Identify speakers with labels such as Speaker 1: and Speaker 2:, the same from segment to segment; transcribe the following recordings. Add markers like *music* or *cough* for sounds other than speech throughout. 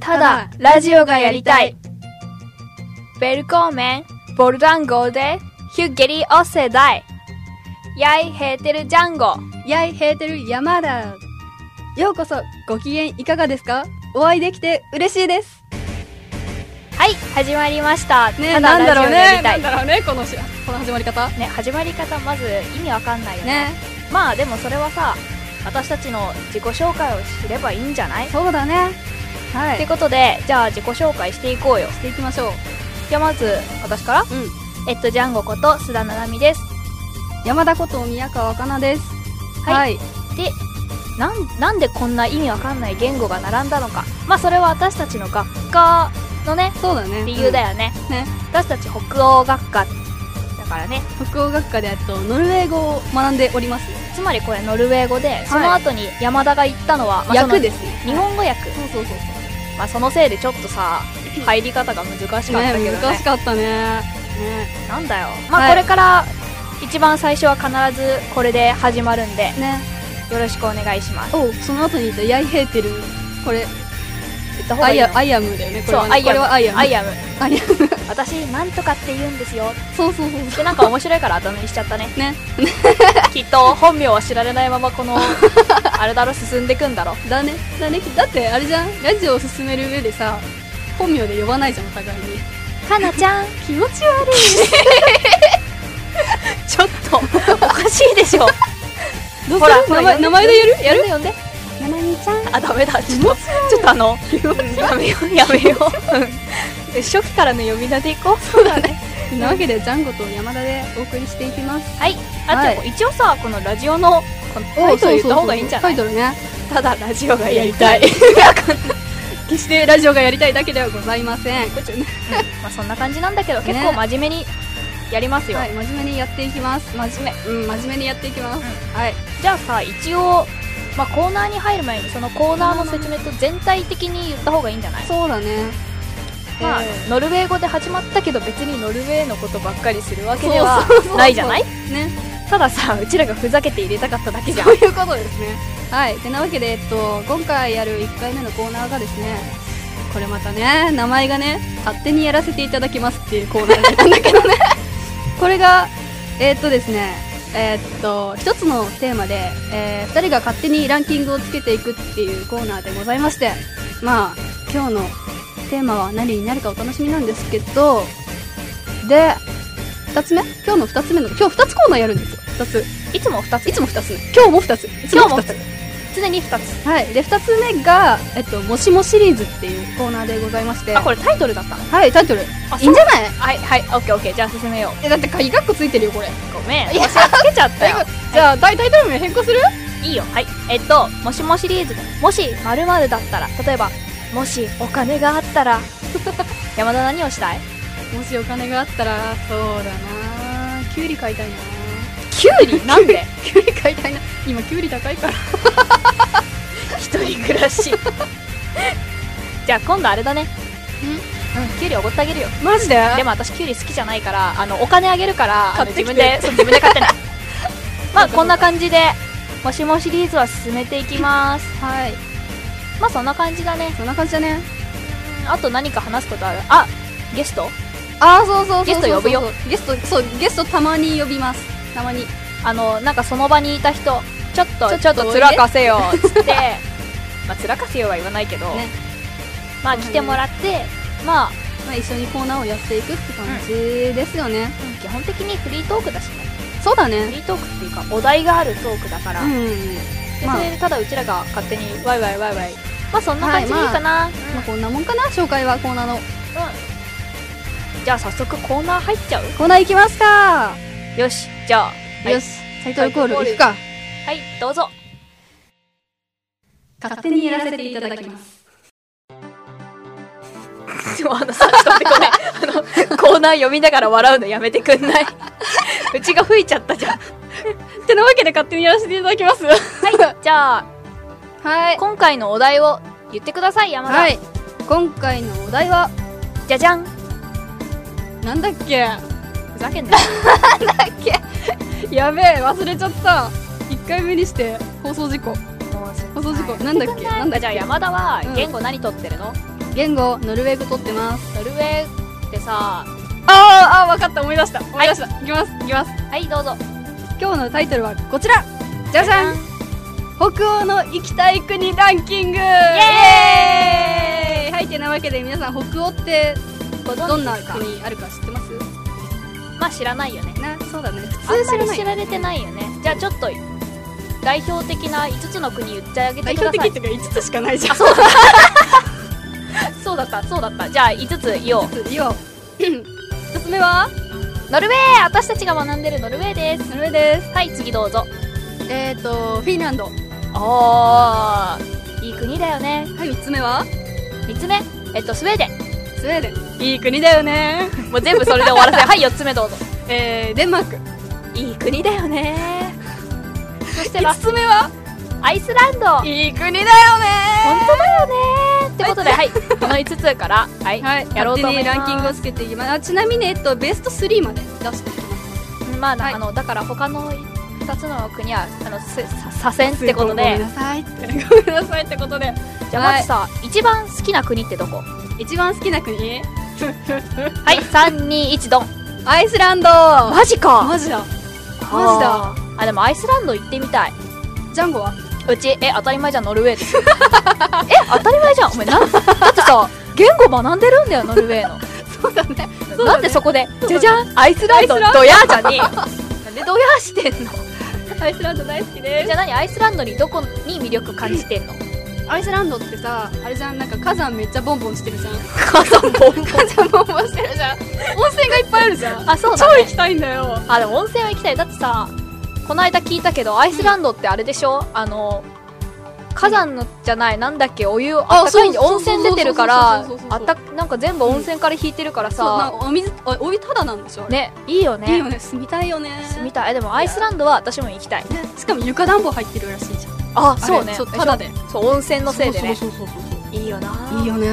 Speaker 1: ただ、ラジオがやりたい。ベルコーメン、ボルダンゴーで、ヒュッゲリオセダイ。やいヘーテルジャンゴ。
Speaker 2: やいヘーテル山だようこそご機嫌いかがですかお会いできて嬉しいです
Speaker 1: はい、始まりました。
Speaker 2: ね
Speaker 1: た
Speaker 2: な
Speaker 1: だ
Speaker 2: んだ
Speaker 1: ラジ
Speaker 2: ろ
Speaker 1: オ
Speaker 2: う
Speaker 1: や
Speaker 2: ね
Speaker 1: りた
Speaker 2: なん
Speaker 1: い。
Speaker 2: だろうねこのしこの始まり方
Speaker 1: ね、始まり方まず意味わかんないよね。
Speaker 2: ね
Speaker 1: まあでもそれはさ、私たちの自己紹介をすればいいんじゃない、
Speaker 2: そうだねは
Speaker 1: ってことで、じゃあ自己紹介していこうよ。
Speaker 2: していきましょう
Speaker 1: じゃあまず、私から
Speaker 2: うん
Speaker 1: えっと、ジャンゴこと須田七海です。
Speaker 2: 山田こと宮川かなです、
Speaker 1: はい
Speaker 2: はい、
Speaker 1: でなんなんでこんな意味わかんない言語が並んだのかまあそれは私たちの学科のね
Speaker 2: そうだね
Speaker 1: 理由だよね,、
Speaker 2: うんね
Speaker 1: 私たち北欧学科だからね
Speaker 2: 北欧学科でえっとノルウェー語を学んでおります
Speaker 1: つまりこれノルウェー語でその後に山田が言ったのは、まあ
Speaker 2: 役
Speaker 1: そ
Speaker 2: ですね
Speaker 1: の日本語訳、
Speaker 2: そうそうそうそう
Speaker 1: まあ、そのせいでちょっとさ入り方が難しかったけどね
Speaker 2: ね難しかったねね
Speaker 1: なんだよまあ、
Speaker 2: はい
Speaker 1: これから一番最初は必ずこれで始まるんで
Speaker 2: ね
Speaker 1: よろしくお願いします
Speaker 2: おその後に言ったヤイヘーテルこれ
Speaker 1: 言った方
Speaker 2: ア
Speaker 1: がいい
Speaker 2: イ
Speaker 1: の
Speaker 2: アアイアムだよねこ
Speaker 1: そ
Speaker 2: れ
Speaker 1: う
Speaker 2: はね
Speaker 1: アイアム
Speaker 2: これはアイアム
Speaker 1: アイアム
Speaker 2: アイアム
Speaker 1: 私なんとかって言うんですよ
Speaker 2: *laughs* そうそうそうそ
Speaker 1: でなんか面白いから頭にしちゃった *laughs* ね
Speaker 2: うね
Speaker 1: きっと本名は知られないまま *laughs* このあれだろ進んでくんだろ
Speaker 2: だねだねだってあれじゃんラジオを進める上でさ本名で呼ばないじゃんお互いに
Speaker 1: かなちゃん
Speaker 2: 気持ち悪
Speaker 1: ちょっとおかしいでしょ
Speaker 2: いどう
Speaker 1: ほら
Speaker 2: する名前名前でやるやる
Speaker 1: 呼んで
Speaker 2: ななみちゃん
Speaker 1: あダメだちょっとちょっとあのやめようやめよううん初期からの呼び名でいこうそうだね
Speaker 2: なわけでジャンゴと山田でお送りしていきます
Speaker 1: はいあと、
Speaker 2: は
Speaker 1: 一応さこのラジオのこのタイトル言った方がいいんじゃない
Speaker 2: タイトルね
Speaker 1: ただラジオがやりたい *laughs*
Speaker 2: 決してラジオがやりたいだけではございません
Speaker 1: まあそんな感じなんだけど
Speaker 2: ね
Speaker 1: 結構真面目にやりますよ、
Speaker 2: はい真面目にやっていきます
Speaker 1: 真面目
Speaker 2: うん真面目にやっていきます、はい
Speaker 1: じゃあさ一応、まあ、コーナーに入る前にそのコーナーの説明と全体的に言った方がいいんじゃない、
Speaker 2: そうだね
Speaker 1: まあ
Speaker 2: えー、
Speaker 1: ノルウェー語で始まったけど別にノルウェーのことばっかりするわけではないじゃない
Speaker 2: ね、
Speaker 1: たださうちらがふざけて入れたかっただけじゃん
Speaker 2: そういうことですね。はい、てなわけで、えっと、今回やる1回目のコーナーがですね、これまたね、名前がね、勝手にやらせていただきますっていうコーナーなんだけどね、 *laughs* これが、えっとですね、えっと、一つのテーマで、え2人が勝手にランキングをつけていくっていうコーナーでございまして、まあ、今日のテーマは何になるかお楽しみなんですけど、で、2つ目今日の2つ目の、今日2つコーナーやるんですよ、2つ。
Speaker 1: いつも2つ
Speaker 2: いつも2つ今日も2ついつ
Speaker 1: 今日も
Speaker 2: 二
Speaker 1: 2つ常に2つ
Speaker 2: はいで2つ目が「えっと、もしもシリーズ」っていうコーナーでございまして
Speaker 1: あこれタイトルだったの
Speaker 2: はいタイトルい
Speaker 1: あ
Speaker 2: いんじ
Speaker 1: ゃ
Speaker 2: ゃない
Speaker 1: はいはいオッケーオッケーじゃあ進めよ
Speaker 2: えだって鍵カッコついてるよこれ
Speaker 1: うごめん
Speaker 2: いや
Speaker 1: 私がつけちゃったよ
Speaker 2: じゃあ大タイトル名変更する
Speaker 1: いいよはいえっともしもシリーズもし〇〇だったら例えばもしお金があった
Speaker 2: *laughs*
Speaker 1: ら山田何をしたい
Speaker 2: もしお金があったらそうだなキュウリ買いたいな
Speaker 1: キュウリなんで
Speaker 2: *laughs* キュウリ買いたいな今キュウリ高いから
Speaker 1: 一人暮らしじゃあ今度あれだねうんキュウリおごってあげるよ
Speaker 2: *laughs* マジで
Speaker 1: でも私キュウリ好きじゃないからあのお金あげるからあの
Speaker 2: 買って
Speaker 1: 自
Speaker 2: きて
Speaker 1: 分でそう自分で *laughs* 買ってないまあ
Speaker 2: そうかそうか
Speaker 1: こんな感じでもしもシリーズは進めていきます
Speaker 2: はい
Speaker 1: まあそんな感じだね
Speaker 2: そんな感じだね
Speaker 1: うんあと何か話すことあるあゲスト
Speaker 2: ああそうそうそうそう
Speaker 1: ゲスト呼ぶよ
Speaker 2: ゲストそうゲストたまに呼びますたまに
Speaker 1: あのなんかその場にいた人ちょっと
Speaker 2: ち
Speaker 1: ち
Speaker 2: ょ
Speaker 1: ょ
Speaker 2: っと
Speaker 1: っとつらかせよっつってまあつらかせよは言わないけど、
Speaker 2: ね
Speaker 1: まあ来てもらってまあ
Speaker 2: まあ、一緒にコーナーをやっていくって感じですよね、
Speaker 1: うん基本的にフリートークだしね
Speaker 2: そうだ
Speaker 1: フ
Speaker 2: ね
Speaker 1: リートークっていうかお題があるトークだから、で
Speaker 2: んまあ
Speaker 1: それでただうちらが勝手にワイワイワイワイまあそんな感じでいいかな、
Speaker 2: まあ、こんなもんかな紹介はコーナーの
Speaker 1: うんじゃあ早速コーナー入っちゃう
Speaker 2: コーナー行きますか、
Speaker 1: よしじゃあ、はい
Speaker 2: よしタイトルコール
Speaker 1: タ
Speaker 2: 行
Speaker 1: イトルコール
Speaker 2: くか
Speaker 1: はいどうぞ
Speaker 2: 勝手にやらせていただきます
Speaker 1: でもあのさちょっとごめんあのコーナー読みながら笑うのやめてくん
Speaker 2: *laughs*
Speaker 1: ないうちが吹いちゃったじゃん
Speaker 2: てなわけで勝手にやらせていただきます
Speaker 1: はいじゃあ
Speaker 2: はい
Speaker 1: 今回のお題を言ってください山田、
Speaker 2: はい今回のお題は
Speaker 1: じゃじゃん
Speaker 2: なんだっけ
Speaker 1: ふざけ
Speaker 2: *laughs*
Speaker 1: んな
Speaker 2: やべえ忘れちゃった一回目にして放送事故
Speaker 1: もう
Speaker 2: 放送事故なんだっけなんだっけ
Speaker 1: じゃあ山田は
Speaker 2: うん
Speaker 1: 言語何取ってるの、
Speaker 2: 言語ノルウェー語取ってます
Speaker 1: ノルウェーってさ
Speaker 2: あーあー分かった思い出した思い出した、い、きますいきます
Speaker 1: はいどうぞ
Speaker 2: 今日のタイトルはこちらじゃじゃん北欧の行きたい国ランキングイエーイはいてなわけで皆さん北欧って
Speaker 1: ご存知ですか
Speaker 2: どんな国あるか知ってます
Speaker 1: まあ知らないよね
Speaker 2: なそうだね
Speaker 1: あ
Speaker 2: 普
Speaker 1: ん
Speaker 2: 通
Speaker 1: まり
Speaker 2: 知らない
Speaker 1: 知られてないよねじゃあちょっと代表的な5つの国言ってあげて
Speaker 2: 代
Speaker 1: くだ
Speaker 2: 表
Speaker 1: さ
Speaker 2: 的っ
Speaker 1: い
Speaker 2: ていうか5つしかないじゃん
Speaker 1: そうだったそうだったじゃあ5つ言おう
Speaker 2: いいよ *laughs* 一つ目は
Speaker 1: ノルウェー私たちが学んでるノルウェーです
Speaker 2: ノルウェーです
Speaker 1: はい次どうぞ
Speaker 2: えっ、ー、とフィンランドは
Speaker 1: あーいい国だよね
Speaker 2: い三つ目は
Speaker 1: 3つ目えっとスウェーデン
Speaker 2: スウェーデンいい国だよ *laughs* ね
Speaker 1: もう全部それで終わらせ *laughs* はい4つ目どうぞ
Speaker 2: えー、デンマーク
Speaker 1: いい国だよねそして
Speaker 2: 五つ目は
Speaker 1: アイスランド本
Speaker 2: いい国だよね
Speaker 1: 当だよねってことではいこの5つからはい、
Speaker 2: はい
Speaker 1: やろうと思います
Speaker 2: 勝手にランキングをつけていきますあちなみにえっとベスト3まで出していきます
Speaker 1: まあ、な
Speaker 2: はい
Speaker 1: あのだから他の2つの国はあのせさ左遷ってこと
Speaker 2: ごめ *laughs* ん
Speaker 1: で
Speaker 2: なさいってごめんなさいってことで
Speaker 1: じゃあまずさ、一番好きな国ってどこは
Speaker 2: 一番好きな国
Speaker 1: い321ドン
Speaker 2: アイスランド
Speaker 1: マジか
Speaker 2: マジだ
Speaker 1: あーあでもアイスランド行ってみたい
Speaker 2: ジャンゴは
Speaker 1: うちえ当たり前じゃんノルウェー
Speaker 2: *laughs*
Speaker 1: ですえ当たり前じゃんお前なんだってさ言語学んでるんだよノルウェーの
Speaker 2: そうだね *laughs* そうだね
Speaker 1: なんでそこで
Speaker 2: そうだね
Speaker 1: じゃじゃんアイスランド
Speaker 2: アイスランド
Speaker 1: ドヤーじゃねえ
Speaker 2: *laughs*
Speaker 1: よなんでドヤーしてんの
Speaker 2: アイスランド大好きです
Speaker 1: じゃあ何アイスランドにどこに魅力感じてんの
Speaker 2: アイスランドってさあれじゃんなんか火山めっちゃボンボンし
Speaker 1: *laughs*
Speaker 2: てるじゃん
Speaker 1: 火山ボンボン
Speaker 2: 火山ボンボンしてるじゃん温泉がいっぱいあるじゃん
Speaker 1: あそう
Speaker 2: 超
Speaker 1: だね
Speaker 2: 行きたいんだよ
Speaker 1: あでも温泉は行きたいだってさこの間聞いたけどアイスランドってあれでしょ、あの火山のじゃないなんだっけお湯あったかいんで
Speaker 2: そうそ
Speaker 1: 温
Speaker 2: うそうそう
Speaker 1: 泉出てるから
Speaker 2: そうそうそうそう
Speaker 1: あったなんか全部温泉から引いてるから
Speaker 2: そうなん
Speaker 1: さ、
Speaker 2: かお水おお湯ただなんでしょあれ
Speaker 1: ねいいよね
Speaker 2: いいよね住みたいよね
Speaker 1: 住みたいえでもアイスランドは私も行きたい
Speaker 2: ねしかも床暖房入ってるらしいじゃん
Speaker 1: あ
Speaker 2: あれ
Speaker 1: そうね
Speaker 2: そうただで
Speaker 1: そう温泉のせいでね
Speaker 2: そうそうそうそう
Speaker 1: いいよない
Speaker 2: いいよね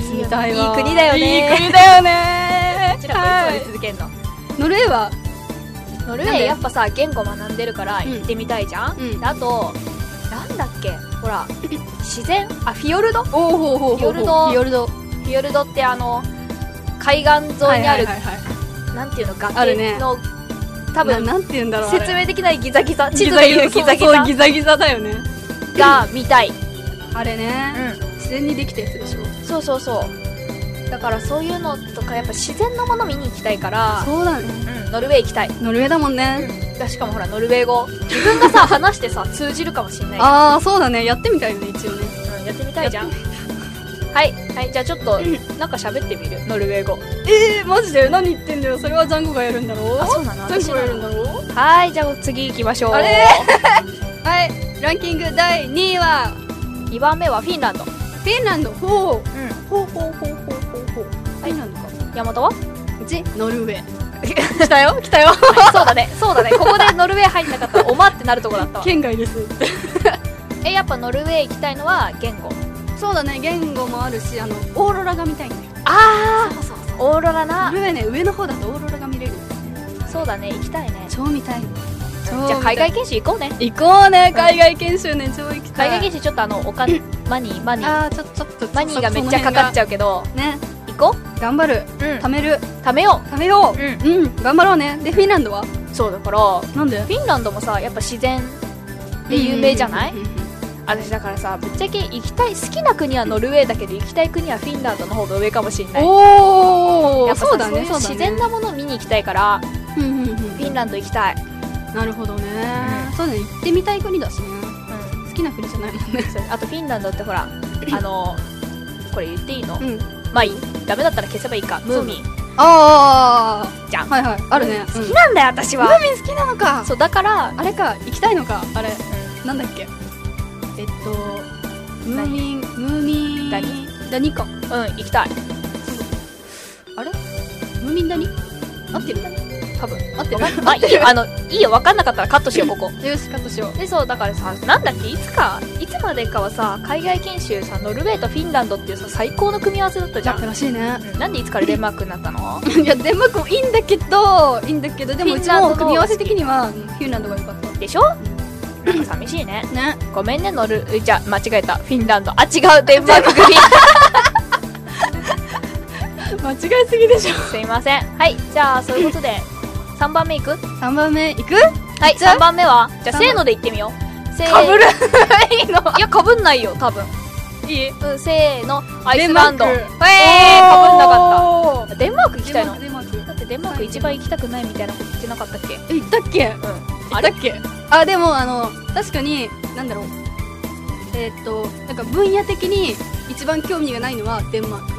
Speaker 1: いい
Speaker 2: 住
Speaker 1: よ
Speaker 2: みたいわ
Speaker 1: いい国だよね
Speaker 2: いい国だよね
Speaker 1: こちらといつ
Speaker 2: は
Speaker 1: まで続けんの、
Speaker 2: いノルウェーは
Speaker 1: ノルウ
Speaker 2: な
Speaker 1: ェ
Speaker 2: ん
Speaker 1: ー
Speaker 2: で
Speaker 1: やっぱさ言語学んでるから
Speaker 2: うん
Speaker 1: 行ってみたいじゃん、
Speaker 2: うん
Speaker 1: であとなんだっけほら自然あフィヨルドフ
Speaker 2: おおほうほうほうほう
Speaker 1: フィヨルド
Speaker 2: フィヨルド
Speaker 1: ィヨルドってあの海岸沿いにある、
Speaker 2: はいはいはいはい
Speaker 1: なんていうの崖
Speaker 2: あるね
Speaker 1: の多分
Speaker 2: ななんて言うんだろうあれ
Speaker 1: 説明できないギザギザ地
Speaker 2: ギ
Speaker 1: 図
Speaker 2: ザ
Speaker 1: で
Speaker 2: ギ
Speaker 1: いう
Speaker 2: ザ
Speaker 1: ギザギ
Speaker 2: そうそう
Speaker 1: ザ
Speaker 2: ギザギザだよね
Speaker 1: が見たい、
Speaker 2: あれね、自然にできたやつでしょ
Speaker 1: うん、そうそうそうだからそういうのとかやっぱ自然のもの見に行きたいから
Speaker 2: そうだね
Speaker 1: うん、ノルウェー行きたい、
Speaker 2: ノルウェーだもんね、
Speaker 1: だしかもほらノルウェー語自分がさ *laughs* 話してさ通じるかもしれない、
Speaker 2: ああそうだねやってみたいよね一応ね
Speaker 1: うん、やってみたいじゃんはいはいじゃあちょっとなんか喋ってみるノルウェー語
Speaker 2: えー、マジで何言ってんだよそれはジャンゴがやるんだろ
Speaker 1: あそうなの
Speaker 2: ジャン
Speaker 1: 私
Speaker 2: ゴ
Speaker 1: な
Speaker 2: がやるん
Speaker 1: の
Speaker 2: だろ
Speaker 1: はいじゃあ次行きましょう
Speaker 2: あれ *laughs* はいランキング第2位は
Speaker 1: 2番目はフィンランドう
Speaker 2: フィンランドほうんほうほうほうほうほうほうフィンランドか
Speaker 1: 山本は
Speaker 2: うちノルウェ
Speaker 1: *laughs*
Speaker 2: ー
Speaker 1: 来たよ来たよそうだねそうだねここでノルウェー入んなかったらおまってなるとこだったわ *laughs*
Speaker 2: 県外です
Speaker 1: えやっぱノルウェー行きたいのは言語
Speaker 2: そうだね言語もあるしあのオーロラが見たいんだよ
Speaker 1: あ
Speaker 2: そうそう
Speaker 1: オーロラ
Speaker 2: ノ
Speaker 1: な
Speaker 2: ルウェーね上の方だとオーロラが見れる
Speaker 1: そうだね行きたいね
Speaker 2: 超見たい
Speaker 1: じゃあ海外研修行こうね
Speaker 2: 行こうね海外研修ね超行きた
Speaker 1: 海外
Speaker 2: い
Speaker 1: 研修ちょっとあのお金マニーマニー
Speaker 2: あーちょっとちょっと
Speaker 1: マニーがめっちゃかかっち
Speaker 2: ゃ
Speaker 1: ゃうけど
Speaker 2: うね
Speaker 1: 行こ
Speaker 2: 頑張る
Speaker 1: う、う
Speaker 2: 貯める
Speaker 1: 貯めよ
Speaker 2: 貯めよ
Speaker 1: う、う
Speaker 2: ううん頑張ろうねでフィンランドは
Speaker 1: ん、そうだから
Speaker 2: なんで
Speaker 1: フィンランドもさやっぱ自然で有名じゃない、
Speaker 2: うんうんうんうん
Speaker 1: 私だからさぶっちゃけ行きたい好きな国はノルウェーだけど行きたい国はフィンランドの方が上かもしれない
Speaker 2: お
Speaker 1: や
Speaker 2: お
Speaker 1: っぱさ
Speaker 2: そうだね
Speaker 1: い自然なものを見に行きたいから
Speaker 2: うんうんうん
Speaker 1: フィンランド行きたい、
Speaker 2: なるほどねそうだね行ってみたい国だしね
Speaker 1: う
Speaker 2: 好きな国じゃないもんね
Speaker 1: ん、そうあとフィンランドって
Speaker 2: *laughs*
Speaker 1: ほらあのこれ言っていいの、
Speaker 2: うん
Speaker 1: まあいいダメだったら消せばいいかムーミン
Speaker 2: ああ
Speaker 1: じゃん
Speaker 2: はいはいあるね
Speaker 1: 好きなんだよ私は、
Speaker 2: ミン好きなのか
Speaker 1: そうだから、
Speaker 2: あれか行きたいのかあれ
Speaker 1: う
Speaker 2: なんだっけえっとムー
Speaker 1: 何
Speaker 2: ミンムーミン
Speaker 1: ダニ
Speaker 2: ダニか
Speaker 1: ん、行きたい
Speaker 2: あれムーミンダニ合ってる
Speaker 1: 多分
Speaker 2: 合ってる
Speaker 1: わかんあいいよあのいいよ分かんなかったらカットしようここ
Speaker 2: よしカットしよう
Speaker 1: でそうだからさなんだっけいつかいつまでかはさ海外研修さノルウェーとフィンランドっていうさ最高の組み合わせだったじゃん、
Speaker 2: らしいね
Speaker 1: うんなんでいつからデンマークになったの
Speaker 2: いやデンマークもいいんだけどいいんだけどでもうち
Speaker 1: フィンランド
Speaker 2: も
Speaker 1: の
Speaker 2: 組み合わせ的にはうんフィンランドが良かった
Speaker 1: でしょなんか寂しいね
Speaker 2: ね
Speaker 1: ごめんねノルじゃ間違えたフィンランドあ違うデンマーク組
Speaker 2: 間違えすぎでしょ
Speaker 1: すいませんはいじゃあそういうことで3番目いく
Speaker 2: 3番目いく
Speaker 1: はい
Speaker 2: じゃあ
Speaker 1: 3番目はじゃあ
Speaker 2: 三番
Speaker 1: せーのでいってみようせー
Speaker 2: かぶるいいの
Speaker 1: *laughs* いやかぶんないよ多分
Speaker 2: いい
Speaker 1: うんせーのアイスランドへ
Speaker 2: デン
Speaker 1: え
Speaker 2: マーク
Speaker 1: かぶんなか
Speaker 2: か
Speaker 1: ったデンマーク行
Speaker 2: デ
Speaker 1: き
Speaker 2: ン
Speaker 1: たい
Speaker 2: マ
Speaker 1: の
Speaker 2: ークデンマー
Speaker 1: だ
Speaker 2: ク
Speaker 1: ってデンマーク一番行きたくないみたいなこと言ってなかったっけ
Speaker 2: え行ったっけ行
Speaker 1: あ
Speaker 2: っ
Speaker 1: れ
Speaker 2: たっけあでもあの確かになんだろうえーっとなんか分野的に一番興味がないのはデンマーク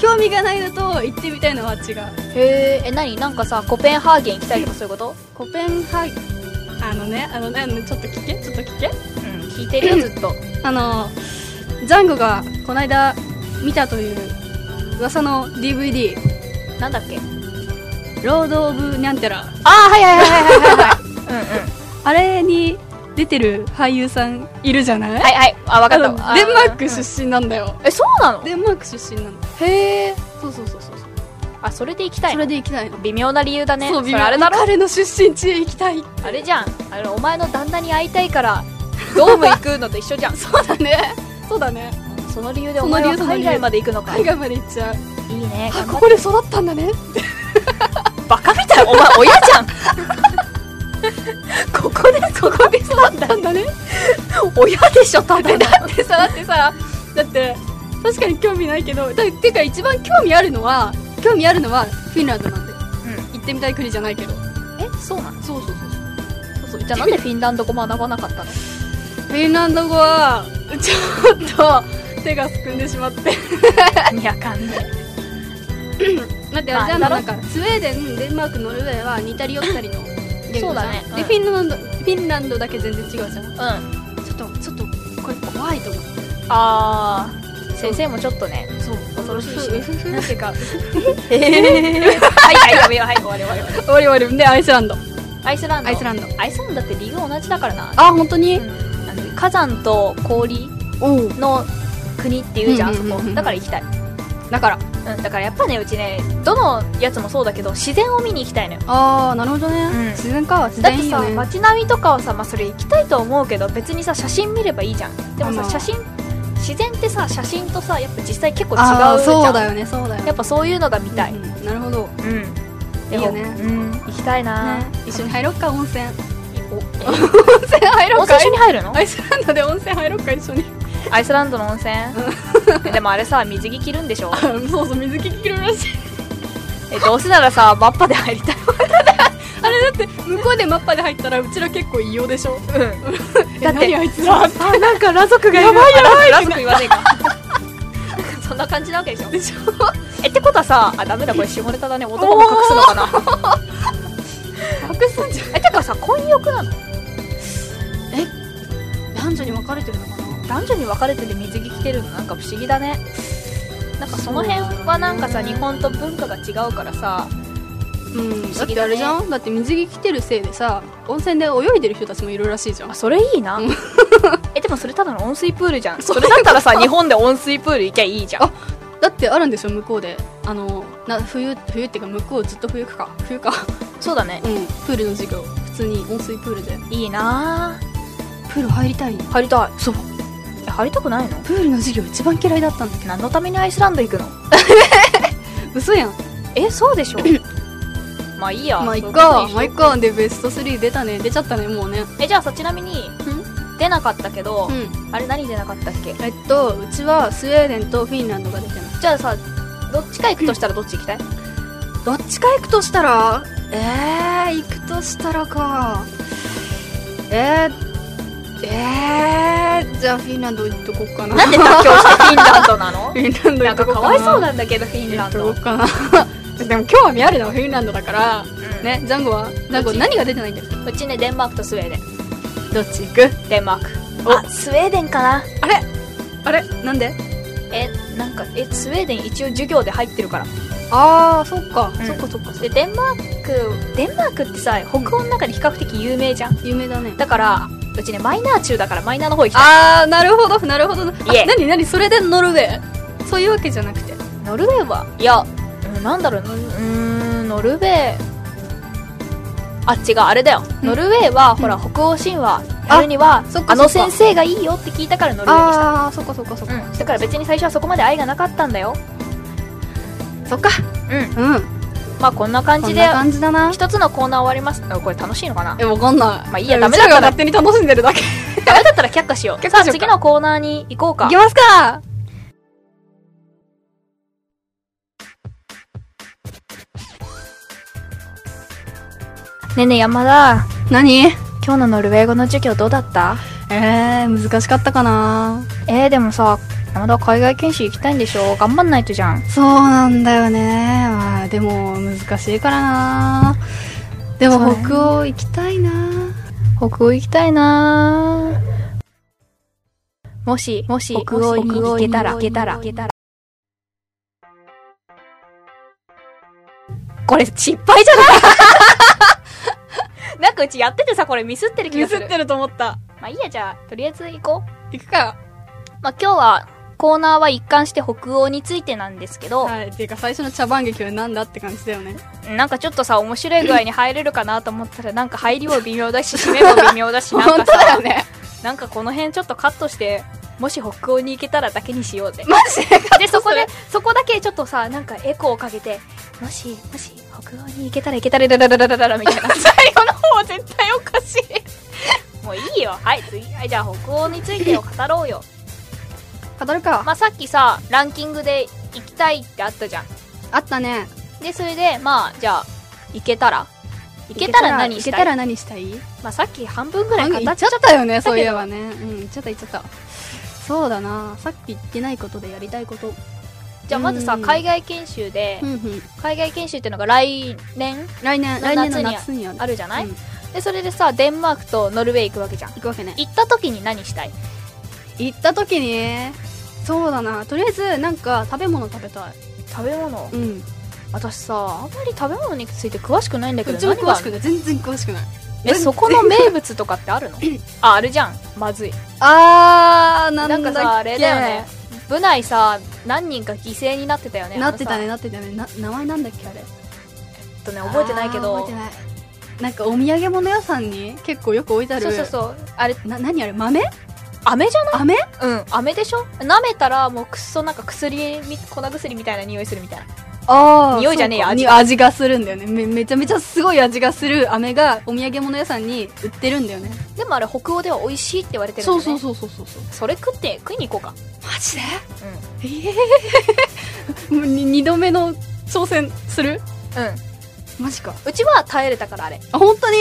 Speaker 2: 興味がないのと行ってみたいのは違う
Speaker 1: へーえ何なんかさコペンハーゲン行きたいとかそういうこと
Speaker 2: コペンハーゲンあのねあのねあのちょっと聞けちょっと聞け
Speaker 1: うん聞いてるよずっと
Speaker 2: あのジャンゴがこの間見たという噂の DVD
Speaker 1: なんだっけ
Speaker 2: ロード・オブ・ニャンテラ
Speaker 1: ああはいはいはいはいはいはいうんうん
Speaker 2: あれに出てる俳優さんいるじゃない、
Speaker 1: はいはいあ分かった
Speaker 2: あのデンマーク
Speaker 1: 身
Speaker 2: 出身なんだよ、
Speaker 1: えそうなの
Speaker 2: デンマーク出身なんだよ
Speaker 1: へえ
Speaker 2: そうそうそうそう
Speaker 1: あそれで行きたい
Speaker 2: そ
Speaker 1: の
Speaker 2: れで行きたいの、
Speaker 1: 微妙な理由だね
Speaker 2: そう
Speaker 1: それあれだろ
Speaker 2: 彼の出身地へ行きたい *laughs* って
Speaker 1: あれじゃんあれお前の旦那に会いたいからドーム行くのと一緒じゃんそ
Speaker 2: そうだねそうだね
Speaker 1: その理由で
Speaker 2: そ
Speaker 1: お
Speaker 2: の
Speaker 1: 前
Speaker 2: 理由
Speaker 1: は海外まで行くのかい
Speaker 2: 海外まで行っちゃう
Speaker 1: いね
Speaker 2: あここで育ったんだね
Speaker 1: バカみたいお前親じゃん *laughs* ここでここで育った
Speaker 2: なんだね
Speaker 1: 親でしょ多分
Speaker 2: だってさだってさだって確かに興味ないけどだってか一番興味あるのは興味あるのはフィンランドなんで行ってみたい国じゃないけど
Speaker 1: えそうなの
Speaker 2: そうそうそ
Speaker 1: そ
Speaker 2: うそう
Speaker 1: うそうじゃあなんでフィンランド語学ばなかったの
Speaker 2: フィンランド語はちょっと手がすくんでしまって
Speaker 1: *laughs* いやかんね
Speaker 2: 待って
Speaker 1: ま
Speaker 2: あ
Speaker 1: あ
Speaker 2: れじゃん
Speaker 1: だろ
Speaker 2: なんかスウェーデンデンマークノルウェーは似たり寄ったりの言
Speaker 1: そう
Speaker 2: 語じゃ
Speaker 1: だ
Speaker 2: ん
Speaker 1: ね
Speaker 2: で、
Speaker 1: うん
Speaker 2: フィンランドフィンランドだけ全然違うじゃんちょ
Speaker 1: うんあ
Speaker 2: っとちょっとこれ怖いと思う
Speaker 1: あー先生もちょっとね
Speaker 2: そう
Speaker 1: 恐ろしいしね
Speaker 2: うふふってか *laughs*
Speaker 1: ええ *laughs* はいはいやめようはい終わり終わり終わ
Speaker 2: 終わり終わりでアイスランド
Speaker 1: りアイスランド
Speaker 2: アイスランド
Speaker 1: アイスランドだって理由同じだからな
Speaker 2: あ本当に
Speaker 1: あの火山と氷
Speaker 2: おう
Speaker 1: の国っていうじゃん、
Speaker 2: うんうんうんうん
Speaker 1: そこだから行きたい、
Speaker 2: だから
Speaker 1: うん、だからやっぱねうちねどのやつもそうだけど自然を見に行きたいのよ
Speaker 2: ああなるほどね、
Speaker 1: うん
Speaker 2: 自然か自
Speaker 1: だって
Speaker 2: 然いい
Speaker 1: さ
Speaker 2: よね
Speaker 1: 街並みとかはさ、まあ、それ行きたいと思うけど別にさ写真見ればいいじゃんでも
Speaker 2: あま
Speaker 1: さ
Speaker 2: あ
Speaker 1: 写真自然ってさ写真とさやっぱ実際結構違うじ
Speaker 2: あ
Speaker 1: ゃ
Speaker 2: あ
Speaker 1: ん
Speaker 2: そうだよねそうだよ
Speaker 1: やっぱそういうのが見たい、
Speaker 2: うんうんなるほど、ね、
Speaker 1: うんでも
Speaker 2: いいよね
Speaker 1: うん、行きたいな、
Speaker 2: 一緒に入ろっか温泉
Speaker 1: お
Speaker 2: 温泉入
Speaker 1: 温泉一緒に入るの
Speaker 2: アイスランドで温泉入ろっか一緒に
Speaker 1: アイスランドの温泉えでもあれさ水着着るんでしょ
Speaker 2: *laughs* そうそう水着着るらしい
Speaker 1: えどうせならさマッパで入りたい
Speaker 2: *laughs* あれだって向こうでマッパで入ったらうちら結構異様でしょ
Speaker 1: うん
Speaker 2: *laughs* え
Speaker 1: だって
Speaker 2: 何あいつら
Speaker 1: あなんかラ族がいるやばいやばいラ族言わねえかなんか *laughs* そんな感じなわけでしょ
Speaker 2: でしょ
Speaker 1: えってことはさあダメだこれ下ネタだね男も隠すのかな
Speaker 2: 隠すんじゃ
Speaker 1: えてかさ婚欲なの
Speaker 2: 男女に分かれてるのかな
Speaker 1: 男女に分かれてて水着着てるのなんか不思議だねなんかその辺はなんかさ
Speaker 2: そうだね
Speaker 1: 日本と文化が違うからさ
Speaker 2: うんだ
Speaker 1: だ
Speaker 2: っ
Speaker 1: ってて
Speaker 2: あ
Speaker 1: あ
Speaker 2: れ
Speaker 1: れ
Speaker 2: じ
Speaker 1: じ
Speaker 2: ゃ
Speaker 1: ゃ
Speaker 2: んだって水着着てるせいでさ温泉で泳いでる人たちもいるらしいじゃん
Speaker 1: あそれいいな
Speaker 2: うん
Speaker 1: *laughs* えでもそれただの温水プールじゃんそれだったらさ日本で温水プール行きゃいいじゃん
Speaker 2: あだってあるんでしょ向こうであのな冬冬っていうか向こうずっと冬か冬か
Speaker 1: そうだね
Speaker 2: うんプールの授業普通に温水プールで
Speaker 1: いいな
Speaker 2: プール入りたい
Speaker 1: 入りたいそうえ入りたくないの
Speaker 2: プールの授業一番嫌いだったんだけど
Speaker 1: 何のためにアイスランド行くの
Speaker 2: 嘘やん
Speaker 1: えそうでしょまあいいや
Speaker 2: まあいっ
Speaker 1: そう
Speaker 2: か
Speaker 1: うこと
Speaker 2: まあいっ
Speaker 1: にしよう
Speaker 2: かでベスト3出たね出ちゃったねもうね
Speaker 1: えじゃあさちなみに出なかったけど、
Speaker 2: ん
Speaker 1: あれ何出なかったっけ
Speaker 2: えっとうちはスウェーデンとフィンランドが出てない
Speaker 1: じゃあさどっちか行くとしたらどっち行きたい
Speaker 2: どっちか行くとしたらえー、行くとしたらかえー、えー、じゃあフィンランド行っとこうかな
Speaker 1: なんで妥協してフィンランドなの
Speaker 2: *laughs* フィンラン
Speaker 1: な
Speaker 2: ド行っ
Speaker 1: んか
Speaker 2: とこう
Speaker 1: か
Speaker 2: か
Speaker 1: わ
Speaker 2: な
Speaker 1: いそうなんだけどフィンラン
Speaker 2: 行
Speaker 1: ド
Speaker 2: っとこうかな *laughs* でも興味あるのはフィンランドだから
Speaker 1: うん
Speaker 2: ねジャンゴはジャンゴ
Speaker 1: うち
Speaker 2: 何が出てないんだっけ
Speaker 1: うちねデンマークとスウェーデン
Speaker 2: どっち行く
Speaker 1: デンマークあスウェーデンかな
Speaker 2: あれあれなんで
Speaker 1: えなんかえスウェーデン一応授業で入ってるから
Speaker 2: ああそっか、
Speaker 1: うん
Speaker 2: そっかそっかそっ
Speaker 1: で
Speaker 2: か
Speaker 1: デンマークデンマークってさ北欧の中で比較的有名じゃん
Speaker 2: 有名だね
Speaker 1: だからうちねマイナー中だからマイナーの方行きたい
Speaker 2: ああなるほどなるほどあ
Speaker 1: いえ
Speaker 2: 何何それでノルウェーそういうわけじゃなくて
Speaker 1: ノルウェーはいやうんなんだろうノルうーんノルウェーあ違うあれだよ、
Speaker 2: うん
Speaker 1: ノルウェーは、ほら北欧神話やるには
Speaker 2: そっか
Speaker 1: あの
Speaker 2: そっか
Speaker 1: 先生がいいよって聞いたからノルウェーにし、
Speaker 2: ああそっかそっかそった
Speaker 1: うん、だから別に最初はそこまで愛がなかったんだよ
Speaker 2: そっか
Speaker 1: うん
Speaker 2: うん
Speaker 1: まあこんな感
Speaker 2: こ
Speaker 1: じ
Speaker 2: ん
Speaker 1: で
Speaker 2: な感じだな
Speaker 1: 一つのコーナー終わりますあこれ楽しいのか *laughs* な
Speaker 2: えわかんな
Speaker 1: ま
Speaker 2: い
Speaker 1: あいいや
Speaker 2: え
Speaker 1: ダメだったら
Speaker 2: うちが勝手に楽しんでるだけ
Speaker 1: ダメだったら *laughs* 却下しよう
Speaker 2: 却下しようか
Speaker 1: さあ次のコーナーに行こう
Speaker 2: い
Speaker 1: か
Speaker 2: きますか
Speaker 1: ねえねえ山田
Speaker 2: 何え
Speaker 1: 今日のノルウェー語の授業どうだった
Speaker 2: ー、難しかったかな
Speaker 1: えー、でもさ山田海外研修行きたいんでしょ頑張んないとじゃん
Speaker 2: そうなんだよねまあでも難しいからなでも
Speaker 1: そうね
Speaker 2: 北欧行きたいな
Speaker 1: 北欧行きたいなぁもしもし
Speaker 2: 北欧に
Speaker 1: もし
Speaker 2: 行
Speaker 1: 行
Speaker 2: け
Speaker 1: け
Speaker 2: た
Speaker 1: た
Speaker 2: ら
Speaker 1: ら行けたらこれ失敗じゃ *laughs* ないなんかうちやっててさこれミスってる気
Speaker 2: ミ
Speaker 1: がす
Speaker 2: ス
Speaker 1: る
Speaker 2: ってると思った
Speaker 1: まあいいやじゃあとりあえず行こう
Speaker 2: 行くか
Speaker 1: まあ今日はコーナーは一貫して北欧についてなんですけど、
Speaker 2: はいっていうか最初の茶番劇はなんだって感じだよね
Speaker 1: なんかちょっとさ面白い具合に入れるかなと思ったらなんか入りも微妙だし締めも微妙だし *laughs* なん
Speaker 2: 本
Speaker 1: か
Speaker 2: 当だ
Speaker 1: さ
Speaker 2: よね
Speaker 1: なんかこの辺ちょっとカットしてもし北欧に行けたらだけにしようぜ
Speaker 2: マジで
Speaker 1: でそこでそこだけちょっとさなんかエコーをかけてもしもし北欧に行けたら行けたらだらだらだらだらみたいな最後の方は絶対おかしいもういいよはい次はいじゃあ北欧についてを語ろうよ
Speaker 2: *laughs* 語るか、
Speaker 1: まあさっきさランキングで行きたいってあったじゃん
Speaker 2: あったね
Speaker 1: でそれでまあじゃあ行けたら行けたら何した
Speaker 2: 行
Speaker 1: い
Speaker 2: けたら何したい
Speaker 1: まあさっき半分ぐらい語っち
Speaker 2: 行
Speaker 1: ゃ
Speaker 2: っ
Speaker 1: っ
Speaker 2: ちゃったよね
Speaker 1: だけど
Speaker 2: そういえばねうん行っちゃった行っちゃったそうだなさっき言ってないことでやりたいこと
Speaker 1: じゃあまずさ
Speaker 2: うん
Speaker 1: 海外研修で
Speaker 2: んうん
Speaker 1: 海外研修っていうのが来年
Speaker 2: 来
Speaker 1: の
Speaker 2: 年来年の
Speaker 1: 夏
Speaker 2: 夏にある
Speaker 1: あるじゃない
Speaker 2: うん
Speaker 1: でそれでさデンマークとノルウェー行くわけじゃん
Speaker 2: 行くわけね
Speaker 1: 行った時に何したい
Speaker 2: 行った時にそうだなとりあえずなんか食べ物食べたい
Speaker 1: 食べ物
Speaker 2: うん
Speaker 1: 私さあんまり食べ物について詳しくないんだけ
Speaker 2: う
Speaker 1: ど
Speaker 2: ちも
Speaker 1: 何
Speaker 2: 詳
Speaker 1: が
Speaker 2: しくない全然詳しくない
Speaker 1: えそこの名物とかってあるのああるじゃんまずい
Speaker 2: あーな
Speaker 1: なん
Speaker 2: ん
Speaker 1: か
Speaker 2: だ
Speaker 1: さあれだよね
Speaker 2: っ
Speaker 1: 部内さ何人か犠牲になってたよね
Speaker 2: けなってたね
Speaker 1: あのさ
Speaker 2: なってたねな名前なんだっけあれ
Speaker 1: えっとね覚えてないけど
Speaker 2: あー覚えてないなんかお土産物屋さんに結構よく置いてある
Speaker 1: そうそうそうあれ
Speaker 2: な何あれ豆
Speaker 1: 飴じゃない
Speaker 2: 飴
Speaker 1: うん飴でしょ舐めたらもうくっそなんか薬み粉薬みたいな匂いするみたいな
Speaker 2: あ
Speaker 1: 匂いじゃねえや
Speaker 2: 味味がするんだよねめめちゃめちゃすごい味がする飴がお土産物屋さんに売ってるんだよね
Speaker 1: でもあれ北欧では美味しいって言われてるんだ
Speaker 2: そ
Speaker 1: よ
Speaker 2: う
Speaker 1: ね
Speaker 2: そうそうそうそうそう
Speaker 1: それ食って食いに行こうか
Speaker 2: マジで
Speaker 1: うん
Speaker 2: ええもうに *laughs* 二度目の挑戦する
Speaker 1: うん
Speaker 2: マジか
Speaker 1: うちは耐えれたからあれうん
Speaker 2: あ本当に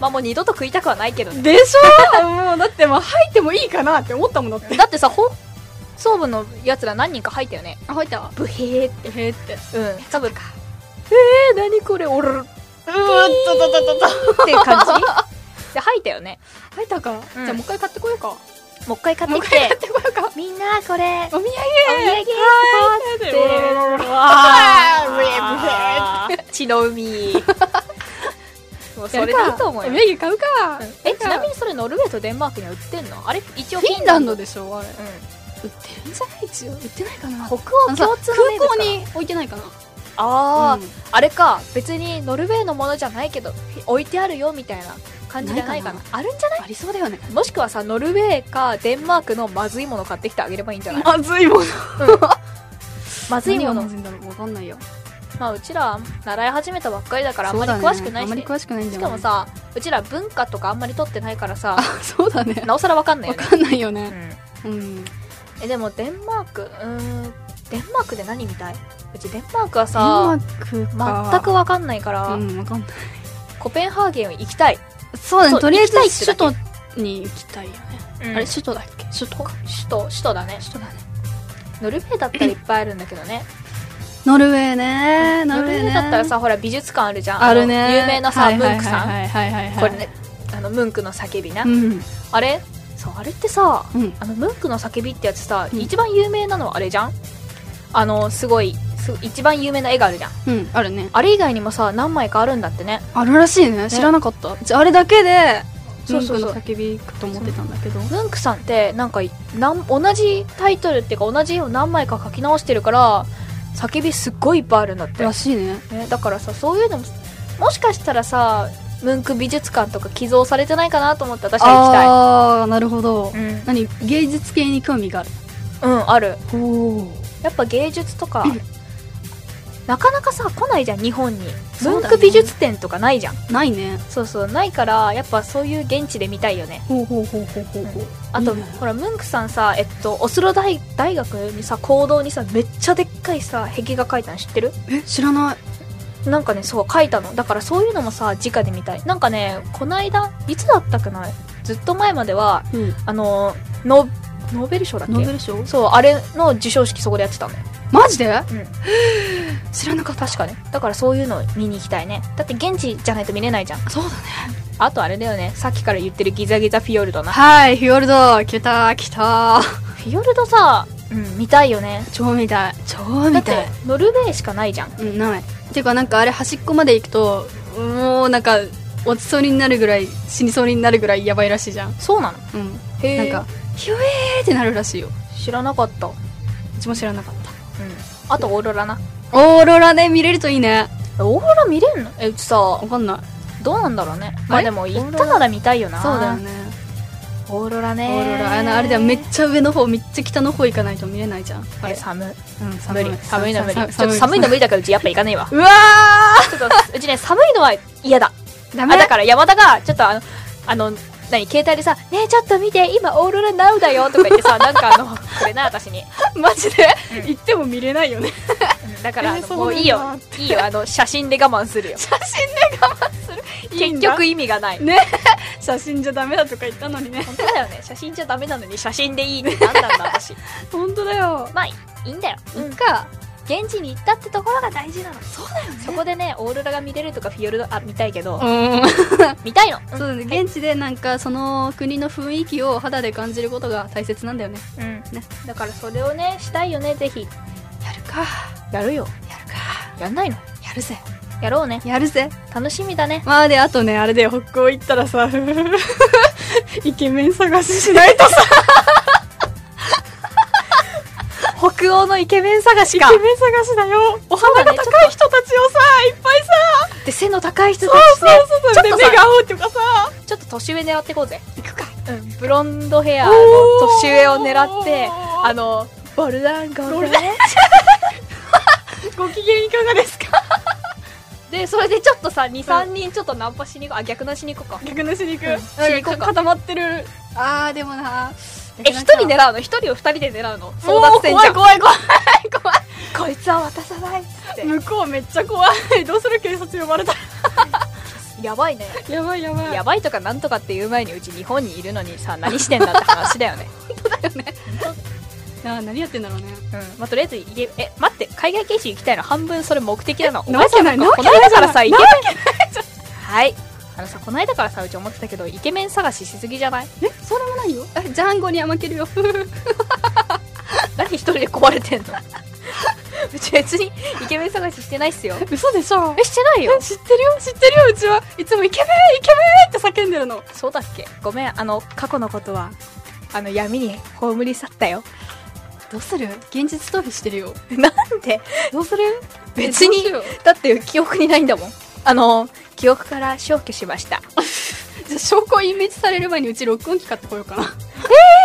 Speaker 1: まあもう二度と食いたくはないけどね
Speaker 2: でしょ *laughs* もうだってもう入ってもいいかなって思ったものって
Speaker 1: だってさ放送部のやつら何人か入ったよね
Speaker 2: あ入った
Speaker 1: ブヘーって
Speaker 2: へえって
Speaker 1: うん多分えー、何これおるっ
Speaker 2: うわっととととと
Speaker 1: て感じ *laughs* で吐いたよね
Speaker 2: 入ったか、
Speaker 1: うん
Speaker 2: じゃあもう一回買ってこようかも
Speaker 1: もう一回買っ
Speaker 2: う
Speaker 1: て
Speaker 2: 一
Speaker 1: き
Speaker 2: 回買
Speaker 1: て
Speaker 2: ってこようか
Speaker 1: みんなこれ
Speaker 2: お
Speaker 1: お土
Speaker 2: 土産は
Speaker 1: 産
Speaker 2: ーい
Speaker 1: って
Speaker 2: わ
Speaker 1: 血の海もうそれでいいと思う
Speaker 2: お
Speaker 1: よ
Speaker 2: 土産買うか、
Speaker 1: えちなみにそれノルウェーとデンマークには売ってんのあれ一応
Speaker 2: フィンランドでしょあれ売っ
Speaker 1: うん
Speaker 2: てるんじゃない一応売ってないかな
Speaker 1: 北欧
Speaker 2: あのさ
Speaker 1: 共通の名
Speaker 2: 空
Speaker 1: 物か
Speaker 2: 港
Speaker 1: な
Speaker 2: に置いてないかな
Speaker 1: ああ、
Speaker 2: うん
Speaker 1: あれか別にノルウェーのものじゃないけど置いてあるよみたいな感じじゃないかな
Speaker 2: ない
Speaker 1: あるんじゃない
Speaker 2: ありそうだよね
Speaker 1: もしくはさノルウェーかデンマークのまずいもの買ってきてあげればいいんじゃない、
Speaker 2: まずいもの
Speaker 1: まずいもの
Speaker 2: 何がまずいんだろうわかんないよ
Speaker 1: まあうちら習い始めたばっかりだからあんまり
Speaker 2: そうだ
Speaker 1: 詳
Speaker 2: ね
Speaker 1: しくない
Speaker 2: あん
Speaker 1: し,、
Speaker 2: まり詳しくないんじ
Speaker 1: し
Speaker 2: ゃ
Speaker 1: か
Speaker 2: ない
Speaker 1: もさうちら文化とかあんまり取ってないからさ
Speaker 2: あ *laughs* そうだね
Speaker 1: なおさらわかんない
Speaker 2: わ
Speaker 1: よね、
Speaker 2: かんないよね
Speaker 1: うん
Speaker 2: うん
Speaker 1: えでもデンマークうーんデンマークで何見たいうちデンマークは
Speaker 2: デン
Speaker 1: さ
Speaker 2: マークか
Speaker 1: 全くわかんないから、
Speaker 2: うんわかんない
Speaker 1: コペンハーゲン行きたい、
Speaker 2: そうだ
Speaker 1: そう
Speaker 2: ねとりあえず
Speaker 1: 行きたい
Speaker 2: 首
Speaker 1: ってだ
Speaker 2: 都に行きたいよねあ
Speaker 1: あ
Speaker 2: れ
Speaker 1: れ
Speaker 2: 首都だっけ首都か
Speaker 1: 首都首都だね
Speaker 2: 首都だね
Speaker 1: ノルウェーだったらいっぱいあるんだけどね
Speaker 2: ノルウェーね
Speaker 1: ノ
Speaker 2: ノ
Speaker 1: ル
Speaker 2: ル
Speaker 1: ウ
Speaker 2: ウ
Speaker 1: ェ
Speaker 2: ェ
Speaker 1: ー
Speaker 2: ー
Speaker 1: だったら
Speaker 2: ね
Speaker 1: さほら美術館あるじゃん
Speaker 2: あるね
Speaker 1: の有名なさ
Speaker 2: はい
Speaker 1: ム
Speaker 2: はい
Speaker 1: ンクさん
Speaker 2: はいはいはいはい
Speaker 1: これねあのムンクの叫びな、
Speaker 2: うん
Speaker 1: あれそうあれってさ
Speaker 2: うん
Speaker 1: あのムンクの叫びってやつさ、
Speaker 2: うん
Speaker 1: 一番有名なのはあれじゃんあのすごいす一番有名な絵があるじゃん
Speaker 2: うんあるね
Speaker 1: あれ以外にもさ何枚かあるんだってね
Speaker 2: あるらしいね知らなかったじゃああれだけで
Speaker 1: そ
Speaker 2: ム
Speaker 1: う
Speaker 2: ン
Speaker 1: そう
Speaker 2: ク
Speaker 1: そう
Speaker 2: の叫びかと思ってたんだけど
Speaker 1: ムンクさんってなんかなん同じタイトルっていうか同じ絵を何枚か書き直してるから叫びすっごいいっぱいあるんだって
Speaker 2: ら、しいね
Speaker 1: ね、だからさそういうのももしかしたらさムンク美術館とか寄贈されてないかなと思って私は
Speaker 2: ああーなるほど
Speaker 1: 行きたいうん
Speaker 2: 何芸術系に興味がある
Speaker 1: うんある
Speaker 2: おお
Speaker 1: やっぱ芸術とかなかなかさ来ないじゃん日本に
Speaker 2: そうだね
Speaker 1: 文句美術展とかないじゃん
Speaker 2: ないね
Speaker 1: そうそうないからやっぱそういう現地で見たいよね
Speaker 2: ほうほうほうほうほうほう
Speaker 1: あと、
Speaker 2: いいね
Speaker 1: ほらムンクさんさえっとオスロ大大学にさ講堂にさめっちゃでっかいさ壁画描いたの知ってる
Speaker 2: え知らない
Speaker 1: なんかねそう描いたのだからそういうのもさ直で見たいなんかねこないだいつだったかなずっと前までは
Speaker 2: うん
Speaker 1: あのノノーベル賞だっ
Speaker 2: ノーベ
Speaker 1: け
Speaker 2: ル賞
Speaker 1: そうあれの授賞式そこでやってたのよ
Speaker 2: マジで
Speaker 1: うん
Speaker 2: 知らなかった
Speaker 1: 確かねだからそういうの見に行きたいねだって現地じゃないと見れないじゃん
Speaker 2: そうだね
Speaker 1: あとあれだよねさっきから言ってるギザギザフィヨルドな
Speaker 2: はいフィヨルド来た来た
Speaker 1: フィヨルドさうん見たいよね
Speaker 2: 超みたい超
Speaker 1: だっ
Speaker 2: み
Speaker 1: て
Speaker 2: たい
Speaker 1: ノルウェーしかないじゃん
Speaker 2: うんないていうかなんかあれ端っこまで行くともうなんか落ちそうになるぐらい死にそうになるぐらいやばいらしいじゃん
Speaker 1: そうなの
Speaker 2: うん
Speaker 1: へ
Speaker 2: な
Speaker 1: え
Speaker 2: んかひゅえーってなるらしいよ
Speaker 1: 知らなかったうん
Speaker 2: うちも知らなかった
Speaker 1: あとオーロラな
Speaker 2: オーロラね見れるといいね
Speaker 1: オーロラ見れんのえうちさ
Speaker 2: わかんない
Speaker 1: どうなんだろうねまあ
Speaker 2: あれ
Speaker 1: でも行ったなら見たいよな
Speaker 2: そうだよね
Speaker 1: オーロラ
Speaker 2: オ
Speaker 1: ね
Speaker 2: ーロラあのあれだよめっちゃ上の方めっちゃ北の方行かないと見れないじゃんあ
Speaker 1: ゃ
Speaker 2: れ
Speaker 1: 寒い
Speaker 2: うん
Speaker 1: 無
Speaker 2: 寒
Speaker 1: 理寒いの無理ちょっと
Speaker 2: 寒
Speaker 1: 寒
Speaker 2: い
Speaker 1: いの無理だからうちやっぱ行かねえわ
Speaker 2: うわ
Speaker 1: *laughs* ちょっとうちね寒いのは嫌だ
Speaker 2: ーダ
Speaker 1: あだから山田がちょっとあのあの何携帯でさ「ねえちょっと見て今オーロラナウだよ」とか言って *laughs* さなんかあのこれな私 *laughs* に、
Speaker 2: マジで
Speaker 1: うん
Speaker 2: 行っても見れないよね
Speaker 1: だからあの
Speaker 2: えーそうなんだ
Speaker 1: もういいよいいよあの写真で我慢するよ
Speaker 2: 写真で我慢する
Speaker 1: 結局意味がない
Speaker 2: ね *laughs* 写真じゃダメだとか言ったのにね
Speaker 1: 本当だよね写真じゃダメなのに写真でいいって何なんだ私
Speaker 2: *laughs* 本当だよ
Speaker 1: まあいいんだよ、
Speaker 2: いっか
Speaker 1: 現地に行ったってところが大事なの
Speaker 2: そうだよね
Speaker 1: そこでねオーロラが見れるとかフィヨルドあ見たいけど、
Speaker 2: うん
Speaker 1: 見たいの
Speaker 2: そうだね現地でなんかその国の雰囲気を肌で感じることが大切なんだよね
Speaker 1: うん、だからそれをねしたいよねぜひ
Speaker 2: やるか
Speaker 1: やるよ
Speaker 2: やるか
Speaker 1: やんないの
Speaker 2: やるぜ
Speaker 1: やろうね
Speaker 2: やるぜ
Speaker 1: 楽しみだね
Speaker 2: まあであとねあれで北欧行ったらさ *laughs* イケメン探ししないとさ
Speaker 1: 北欧のイケメン探しか
Speaker 2: イケメン探しだよ *laughs* お花が
Speaker 1: そうだね
Speaker 2: 高い人たちをさいっぱいさ
Speaker 1: で背の高い人
Speaker 2: そ
Speaker 1: た
Speaker 2: う
Speaker 1: ちね
Speaker 2: そうそ
Speaker 1: ちょ
Speaker 2: う
Speaker 1: っ
Speaker 2: そう
Speaker 1: と
Speaker 2: で
Speaker 1: さ
Speaker 2: 目が合うとかさ
Speaker 1: ちょっと年上狙っていこうぜ、
Speaker 2: 行くか
Speaker 1: うん、ブロンドヘアの
Speaker 2: おー
Speaker 1: 年上を狙ってあのボルダンゴ
Speaker 2: ロ
Speaker 1: ル
Speaker 2: レご機嫌いかがですか
Speaker 1: でそれでちょっとさ23人ちょっとナンパしに行こうあ逆なしに行こうか
Speaker 2: 逆のしに行く、
Speaker 1: うん
Speaker 2: なんか
Speaker 1: しに行こうか
Speaker 2: 固まってるあーでもな
Speaker 1: え一人狙うの一人を二人で狙うの争奪戦じ
Speaker 2: 怖
Speaker 1: ゃ
Speaker 2: い
Speaker 1: ん
Speaker 2: 怖い怖い怖い
Speaker 1: こいつは渡さないっつって
Speaker 2: 向こうめっちゃ怖い *laughs* どうする警察呼ばれた
Speaker 1: やばいね
Speaker 2: やばいやばい
Speaker 1: やばいとかなんとかっていう前にうち日本にいるのにさ何してんだって話だよね
Speaker 2: な何やってんだろうね
Speaker 1: うんまあとりあえずいけえ待って海外研修行きたいの半分それ目的なのお
Speaker 2: なわけないなわ
Speaker 1: こ
Speaker 2: け
Speaker 1: の
Speaker 2: ない
Speaker 1: 間
Speaker 2: じゃ
Speaker 1: から
Speaker 2: ない
Speaker 1: さイケ
Speaker 2: な
Speaker 1: メ
Speaker 2: わ
Speaker 1: ン *laughs* はいあのさこの間からさうち思ってたけどイケメン探ししすぎじゃない
Speaker 2: けえそれもないよえジャンゴには負けるよ
Speaker 1: 何一人で壊れてんの *laughs* うち別にイケメン探ししてないっすよ
Speaker 2: 嘘でしょ
Speaker 1: えしてないよ
Speaker 2: え知ってるよ知ってるようちはいつもイケメンイケメンって叫んでるの
Speaker 1: そうだっけごめんあの過去のことはあの闇に葬り去ったよ
Speaker 2: どうする現実逃避してるよ
Speaker 1: なんで
Speaker 2: どうする
Speaker 1: 別に
Speaker 2: えどうしよ
Speaker 1: だって記憶にないんだもんあの記憶から消去しましたえー、
Speaker 2: うじゃあ証拠隠滅される前にうち録音機買ってこようかな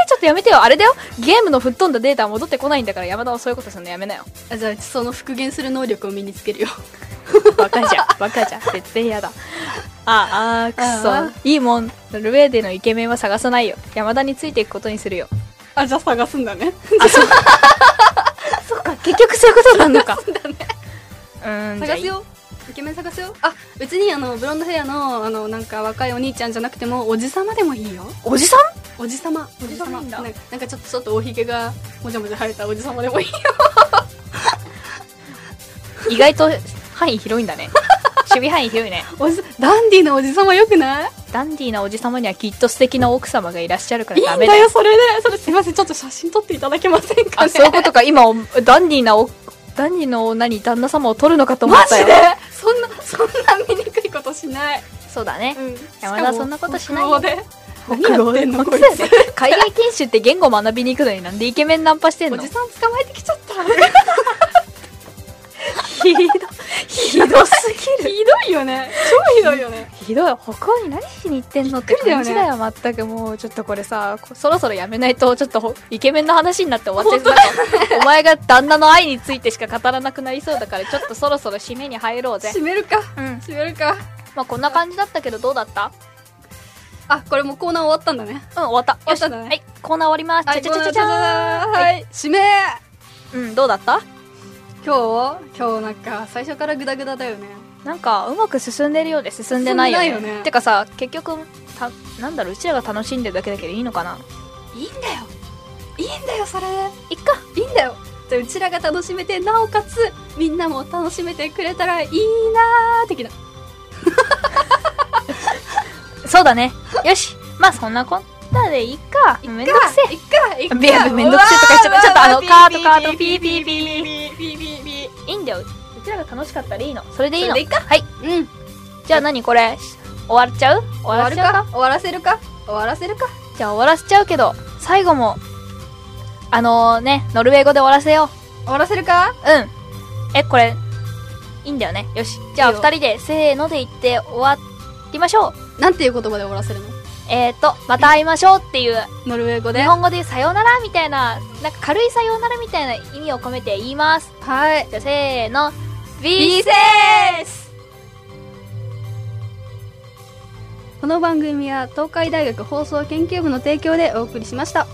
Speaker 1: ちょっとやめてよあれだよゲームの吹っ飛んだデータは戻ってこないんだから山田はそういうことするのやめなよ
Speaker 2: あじゃあうちその復元する能力を身につけるよ
Speaker 1: バカじゃんバカじゃん絶対嫌だああ
Speaker 2: あ
Speaker 1: ーくそいいもんノルウェーでのイケメンは探さないよ山田についていくことにするよ
Speaker 2: あじゃあ探すんだね
Speaker 1: そっか結局そういうことなのかそうだねうーん
Speaker 2: 探すよイケメン探すよあ別にあのブロンドヘアのあのなんか若いお兄ちゃんじゃなくてもおじさまでもいいよ
Speaker 1: おじさん
Speaker 2: おじさま
Speaker 1: おじさまいいんだ
Speaker 2: なんかなんかちょっとちょっとおひげがもじゃもじゃ生えたおじさまでもいいよ
Speaker 1: 意外と範囲広いんだ *laughs* ね守備範囲広いね
Speaker 2: おじダンディーなおじさまよくない
Speaker 1: ダンディーなおじさまにはきっと素敵な奥様がいらっしゃるか
Speaker 2: い
Speaker 1: ら
Speaker 2: い
Speaker 1: ダ
Speaker 2: ん
Speaker 1: メ
Speaker 2: だ
Speaker 1: だよ
Speaker 2: よそれでそれすいませんちょっと写真撮っていただけません
Speaker 1: *laughs*
Speaker 2: か
Speaker 1: あ
Speaker 2: ね
Speaker 1: そういうことか今おダンディーなおダンディーの何旦那様を取るのかと思
Speaker 2: マ
Speaker 1: っ
Speaker 2: ジ
Speaker 1: たよ
Speaker 2: でそんなそんな醜いことしない、
Speaker 1: そうだね
Speaker 2: うん、
Speaker 1: 山田
Speaker 2: しかも
Speaker 1: そんなことしない
Speaker 2: 北
Speaker 1: よ
Speaker 2: 欧で何やってんのこいつ
Speaker 1: 海外研修って言語学びに行くのになんでイケメンナンパしてん
Speaker 2: お
Speaker 1: の
Speaker 2: じさん捕まえてきちゃった
Speaker 1: ひどひどすぎる
Speaker 2: ひどいよね超ひどいよね
Speaker 1: ひどい歩行に何しに行ってんのって
Speaker 2: びっくりだよ
Speaker 1: 感
Speaker 2: ね
Speaker 1: じだよ全くもうちょっとこれさこそろそろやめないとちょっとほイケメンの話になって終わっちゃう *laughs* なんかお前が旦那の愛についてしか語らなくなりそうだからちょっとそろそろ締めに入ろうぜ
Speaker 2: 閉めるか
Speaker 1: うん
Speaker 2: 閉めるか
Speaker 1: まあこんな感じだったけどどうだった
Speaker 2: あこれもうコーナー終わったんだね
Speaker 1: うん終わった
Speaker 2: 終わった
Speaker 1: よし
Speaker 2: ね
Speaker 1: はいコーナー終わります
Speaker 2: はい
Speaker 1: ちゃちゃちゃちゃちゃ
Speaker 2: コーナーはい締め
Speaker 1: うんどうだった
Speaker 2: 今日今日なんか最初からグダグダだよね
Speaker 1: なんかうまく進んでるようで進んでないよね
Speaker 2: 進んでないよね
Speaker 1: てかさ結局たなんだろううちらが楽しんでるだけだけどいいのかない
Speaker 2: いんだよいいんだよそれ
Speaker 1: いっか
Speaker 2: いいんだよでうちらが楽しめてなおかつみんなも楽しめてくれたらいいなー的な
Speaker 1: そうだねよしまあそんなこんなでいいかめんどくせえ
Speaker 2: いっかいっか
Speaker 1: ビアブめんどくせえとか言っちゃったちょっとあのカートカートピーピーピー
Speaker 2: ーピーピーピ
Speaker 1: いいんだようちらが楽しかったらいいのそれでいいの
Speaker 2: それでいいか
Speaker 1: はい
Speaker 2: ーうん
Speaker 1: じゃあ何これ終わっちゃう終
Speaker 2: 終
Speaker 1: わ
Speaker 2: わ
Speaker 1: っ
Speaker 2: る
Speaker 1: ちゃう
Speaker 2: か
Speaker 1: か
Speaker 2: 終わらせるか終わらせるか
Speaker 1: じゃあ終わらせちゃうけど最後もあのねノルウェー語で終わらせよう
Speaker 2: 終わらせるか
Speaker 1: うん。え、これ、いいんだよね。よし。じゃあ、
Speaker 2: いいよ
Speaker 1: 二人で、せーので言って終わりましょう。
Speaker 2: なんていう言葉で終わらせるの
Speaker 1: えっ、ー、と、また会いましょうっていう、
Speaker 2: ノルウェー語で
Speaker 1: 日本語でさようならみたいな、なんか軽いさようならみたいな意味を込めて言います。
Speaker 2: はい
Speaker 1: じゃあ、せーの。
Speaker 2: Be
Speaker 1: ビー
Speaker 2: safe! この番組は東海大学放送研究部の提供でお送りしました。